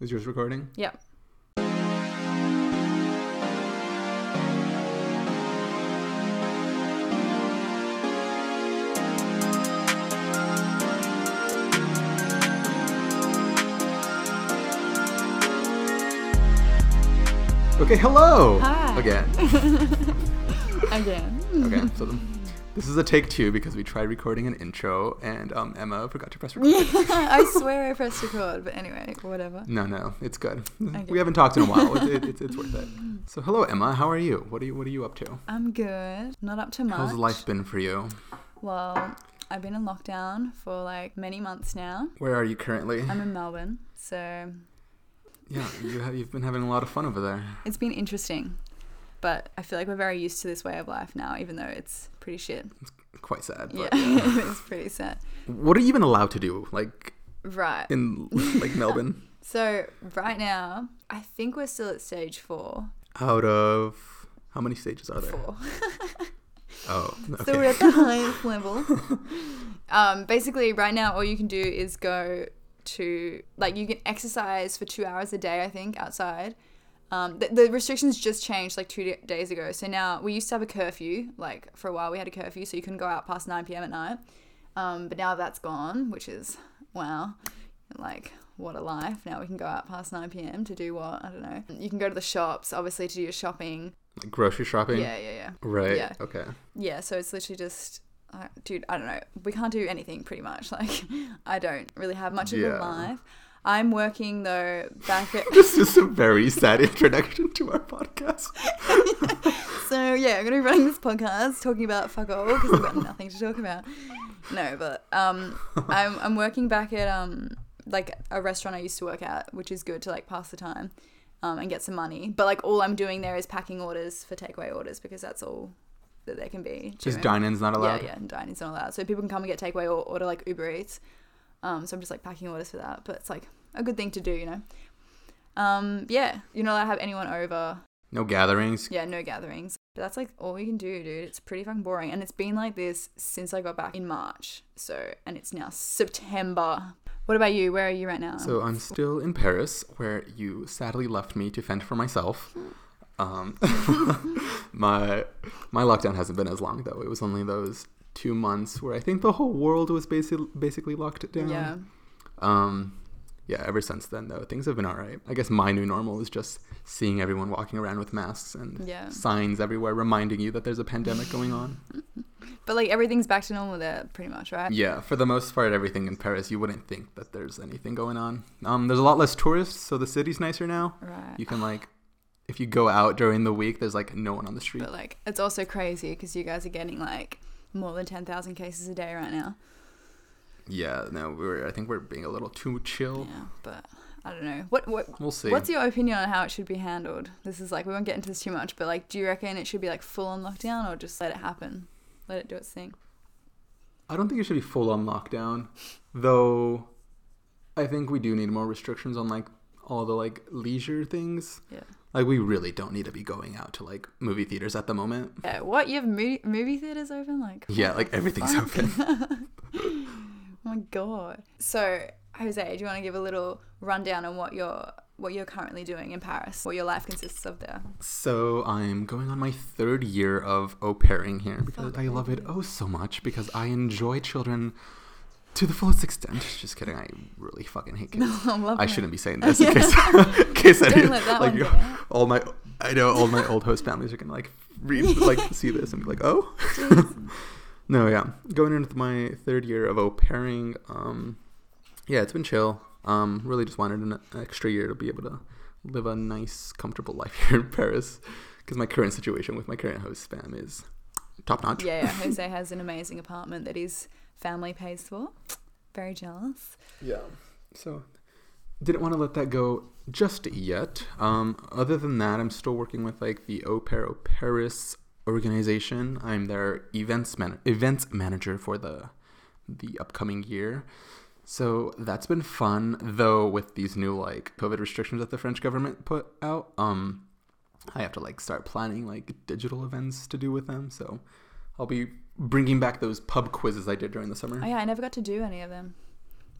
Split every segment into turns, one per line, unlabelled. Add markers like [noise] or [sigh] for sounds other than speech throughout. Is yours recording?
Yep.
Okay, hello
Hi. [laughs]
again.
Again.
Okay, so th- this is a take two because we tried recording an intro and um, Emma forgot to press record.
[laughs] I swear I pressed record, but anyway, whatever.
no, no, it's good.
Okay.
We haven't talked in
[laughs]
a while. It, it, it's, it's worth it. So, hello Emma, how are you? What are you What are you up to?
I'm good. Not up to much.
How's life been for you?
Well, I've been in lockdown for like many months now.
Where are you currently?
I'm in Melbourne, so
Yeah, you have, you've been having a lot of fun over there.
it's been interesting. But I feel like we're very used to this way of life now, even though it's pretty shit.
Quite sad.
Yeah, [laughs]
But yeah.
it's pretty sad.
what are you even allowed to do? Like
Right.
in
[laughs]
like Melbourne?
So right now, I think we're still at stage four.
Out of how many stages are there?
Four.
Oh, okay.
So we're at the highest level. Um, basically, right now, all you can do is go to, like, you can exercise for two hours a day, I think, outside. Um, the, the restrictions just changed like two d- days ago. So now we used to have a curfew. Like, for a while, we had a curfew, so you couldn't go out past 9 p.m. at night. Um, but now that's gone, which is wow. Like, what a life. Now we can go out past 9 p.m. to do what? I don't know. You can go to the shops, obviously, to do your shopping.
Like grocery shopping.
Yeah, yeah, yeah.
Right.
Yeah.
Okay.
yeah so it's literally just uh, dude i don't know we can't do anything pretty much [laughs] like i don't really have much of a
Yeah.
life i'm working though back at
This is a very sad [laughs] introduction to our podcast.
so yeah i'm gonna be running this podcast talking about fuck all because i've got nothing to talk about no but um i'm, I'm working back at um like a restaurant i used to work at which is good to like pass the time um, and get some money but like all i'm doing there is packing orders for takeaway orders because that's all that there can be do you
Just
know?
dine-in's not allowed.
Yeah, yeah, and dining's not allowed. So people can come and get takeaway or order like Uber Eats. Um, so I'm just like packing orders for that, but it's like a good thing to do, you know. Um, yeah, you're not allowed to have anyone over.
No gatherings.
Yeah, no gatherings. But that's like all you can do, dude. It's pretty fucking boring, and it's been like this since I got back in March. So, and it's now September. What about you? Where are you right now?
So I'm still in Paris, where you sadly left me to fend for myself.
Hmm.
Um, [laughs] my my lockdown hasn't been as long though. It was only those two months where I think the whole world was basically basically locked down.
yeah,
Um, yeah, ever since then, though, things have been all right. I guess my new normal is just seeing everyone walking around with masks and
yeah.
signs everywhere reminding you that there's a pandemic going on.
But like everything's back to normal there, pretty much, right?
yeah, for the most part, everything in Paris, you wouldn't think that there's anything going on. Um, there's a lot less tourists, so the city's nicer now.
Right.
You can, like, if you go out during the week, there's, like, no one on the street.
But like, it's also crazy because you guys are getting like more than ten thousand cases a day right now.
Yeah, no, we're, I think we're being a little too chill.
Yeah, but I don't know. What what
We'll see.
what's your opinion on how it should be handled? This is like we won't get into this too much, but like, do you reckon it should be like full on lockdown or just let it happen, let it do its
[laughs]
thing?
I don't think it should be full on lockdown, though. I think we do need more restrictions on like all the like leisure things.
Yeah.
Like we really don't need to be going out to like movie theaters at the moment.
Yeah. Uh, What you have movie, movie theaters open? Like
Yeah, like everything's
fuck?
open.
[laughs] oh my god. So Jose, do you want to give a little rundown on what you're what you're currently doing in Paris, what your life consists of there? [laughs]
So I'm going on my third year of au pairing here because I love it oh so much because I enjoy children to the fullest extent. Just kidding, I really fucking hate kids.
I'm loving
I
it.
shouldn't [laughs] be saying
[laughs]
this in case, [laughs] in case I
Don't let that
like
one
you-
get
[laughs]
out.
all my I know all my old host families are gonna like read like see this and be like oh no yeah going into my third year of au pairing um yeah it's been chill um really just wanted an extra year to be able to live a nice comfortable [laughs] life here in Paris because my current situation with my current host fam is top [laughs] notch
Yeah, yeah. Jose has an amazing apartment that his family pays for. Very jealous.
Yeah. So, didn't want to let that go just yet. Um, other than that, I'm still working with like the Opero Paris organization. I'm their events man- events manager for the the upcoming year. So that's been fun, though. With these new like COVID restrictions that the French government put out, um, I have to like start planning like digital events to do with them. So I'll be bringing back those pub quizzes I did during the summer.
Oh yeah, I never got to do any of them.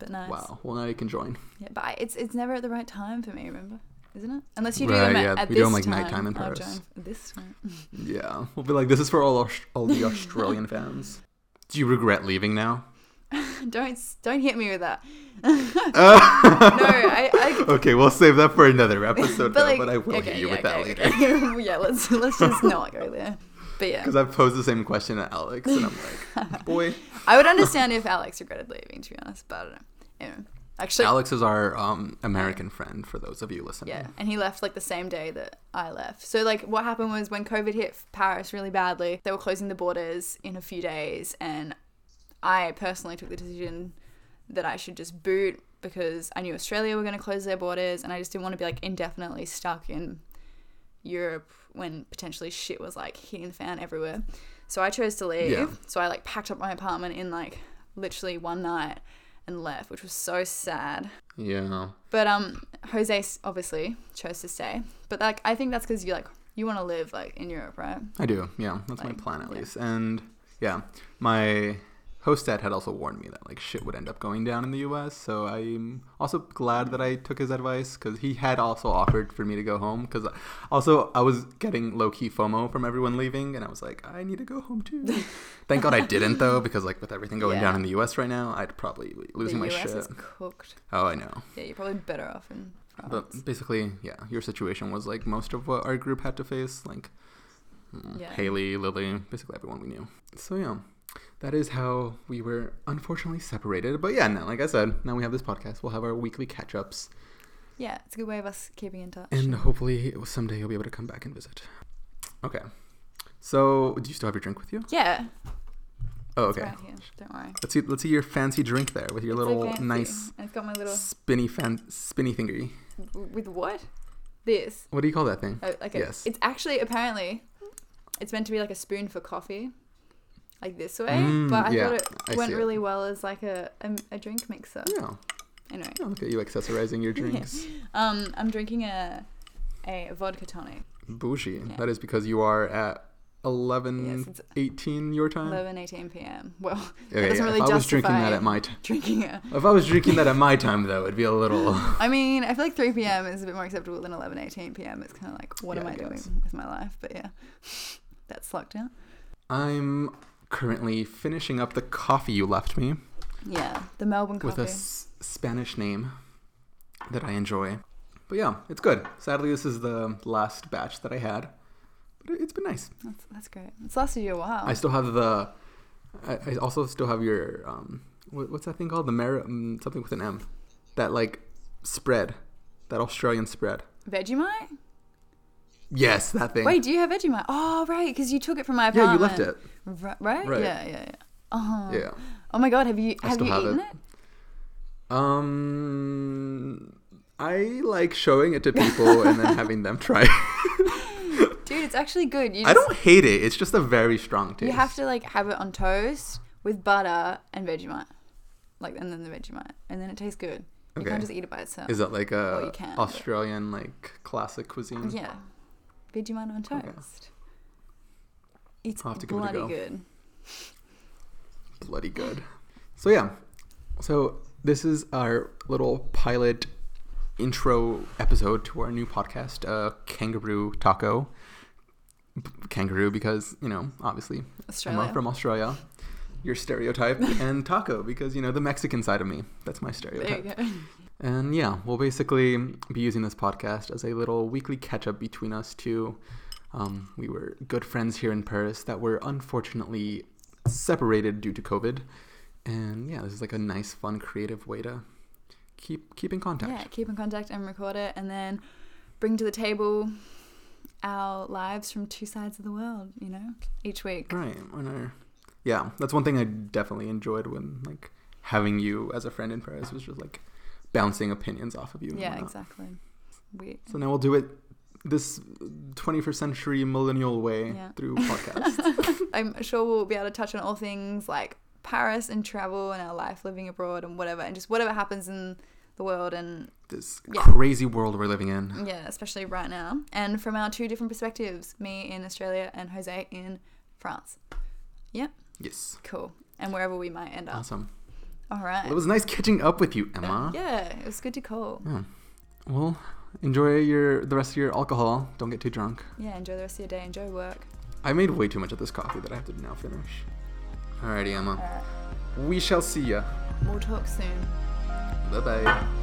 but nice.
Mm. Wow. Well, now you can join.
Yeah, but I, it's it's never at the right time for me. Remember, isn't it? Unless you do
Right,
them at,
yeah,
at
we
this
do them, like,
time.
nighttime in
I'll
Paris.
join for This time.
Yeah. We'll be like, this is for all, Aus- all the Australian fans. Do you regret leaving [laughs] now?
[laughs] don't s- don't hit me with
[laughs]
that.
no,
I- I-
[laughs] Okay, we'll save that for another episode, though,
like,
but I will
okay,
hit you
yeah,
with that
okay,
later.
okay. [laughs] Well, yeah, let's let's
[laughs]
just not go there. But yeah,
Because I've posed the same question to Alex, and I'm
[laughs]
like, boy.
I would understand if Alex regretted leaving, to be honest. But I don't know. Anyway, actually,
Alex is our um, American friend, for those of you listening.
Yeah, and he left like the same day that I left. So like what happened was when COVID hit Paris really badly, they were closing the borders in a few days and I personally took the decision that I should just boot because I knew Australia were going to close their borders and I just didn't want to be like indefinitely stuck in Europe when potentially shit was like hitting the fan everywhere. So I chose to leave.
Yeah.
So I like packed up my apartment in like literally one night and left, which was so sad.
Yeah.
But um, Jose s- obviously chose to stay. But like, I think that's because you like you want to live like in Europe, right?
I do. Yeah, that's
Like,
my plan at
yeah.
least. And yeah, my host dad had also warned me that like shit would end up going down in the U.S. So I'm also glad that I took his advice because he had also offered for me to go home. Because also I was getting low key FOMO from everyone leaving, and I was like, I need to go
[laughs]
home too. Thank God I didn't though, because like with everything going
Yeah.
down in the U.S. right now, I'd probably be losing
the
my
US
shit.
is cooked.
Oh, I know.
Yeah, you're probably better off in France.
But basically, yeah, your situation was like most of what our group had to face, like mm,
Yeah.
Haley, Lily, basically everyone we knew. So yeah, that is how we were unfortunately separated. But yeah, now like I said, now we have this podcast. We'll have our weekly catch ups,
yeah, it's a good way of us keeping in touch.
and hopefully someday you'll be able to come back and visit. Okay. So do you still have your drink with you?
yeah,
Oh,
it's
okay.
right here. Don't worry.
Let's see. Let's see your fancy drink there with your
It's
little
fancy.
nice
And it's got my little
spinny fan spinny thingery.
with what? This.
What do you call that thing?
Oh, okay.
Yes.
It's actually apparently it's meant to be like a spoon for coffee, like this way.
Mm,
but I
yeah,
thought it
I
went
see it.
really well as like a a, a drink mixer.
Yeah.
Anyway.
yeah. Look at you accessorizing your
[laughs] Yeah.
drinks.
Um, I'm drinking a a vodka tonic.
Bougie.
Yeah.
That is because you are at eleven
Yes, it's
eighteen your time.
11, 18 p.m. [laughs] Well,
Okay,
doesn't really
if I was drinking that
justify-
at my time,
drinking a.
if I was drinking that at my time though, it'd be
[laughs]
a little.
I mean, I feel like 3 p.m. is a bit more acceptable than 11, 18 p.m. It's kind of like, what
Yeah,
am
I
I doing
guess.
with my life? But yeah, [laughs] that's lockdown.
I'm currently finishing up the coffee you left me
Yeah, the Melbourne
with a
coffee.
s- Spanish name that I enjoy. But yeah, it's good. Sadly, this is the last batch that I had, but it- it's been nice.
That's, that's great. It's lasted you a while.
I still have the. I, I also still have your um. What, what's that thing called? The mer um, something with an M, that like spread, that Australian spread.
Vegemite?
Yes, that thing.
Wait, do you have Vegemite? Oh, right, because you took it from my
yeah,
apartment.
you left it.
Ri- right?
Right.
Yeah, yeah, yeah. Oh.
Yeah.
Oh my God, have you
I
have
still
you
have
eaten
it.
it?
Um, I like showing it to people
[laughs]
and then having them try. it.
Dude, it's actually good. You
I
just-
don't hate it. It's just a very strong taste.
You have to like have it on toast with butter and Vegemite, like and then the Vegemite, and then it tastes good. You
Okay.
can't just eat it by itself.
Is that like
Oh, you
a
can, but-
Australian like classic cuisine?
yeah, Vegemite on toast.
Okay.
It's
I'll have to give it a
bloody
go.
good.
bloody good. So yeah, so this is our little pilot intro episode to our new podcast, uh, Kangaroo Taco. B- Kangaroo because you know obviously
Australia.
I'm from Australia. Your stereotype and taco because you know the Mexican side of me. That's my
There you
stereotype.
go.
And yeah, we'll basically be using this podcast as a little weekly catch up between us two. Um, we were good friends here in Paris that were unfortunately separated due to COVID. And yeah, this is like a nice, fun, creative way to keep keep in
Yeah,
contact.
keep in contact and record it, and then bring to the table our lives from two sides of the world. You know, each week.
Right. on our- yeah, that's one thing I definitely enjoyed when like having you as a friend in Paris was just like bouncing opinions off of you. and
Yeah,
whatnot.
exactly. We
So now we'll do it this 21st century millennial way
Yeah. [laughs]
through podcasts.
I'm sure we'll be able to touch on all things like Paris and travel and our life living abroad and whatever, and just whatever happens in the world
[sighs]
and
this
Yeah.
crazy world we're living in.
yeah, especially right now. And from our two different perspectives me in Australia and Jose in France.
Yes.
Cool. And wherever we might end up.
Awesome.
All right.
It was nice catching up with you, Emma.
Yeah, it was good to call.
Yeah. Well, enjoy your the rest of your alcohol. Don't get too drunk.
Yeah, enjoy the rest of your day. Enjoy work.
I made way too much of this coffee that I have to now finish. Alrighty, Emma.
All right.
We shall see ya.
We'll talk soon.
Bye bye.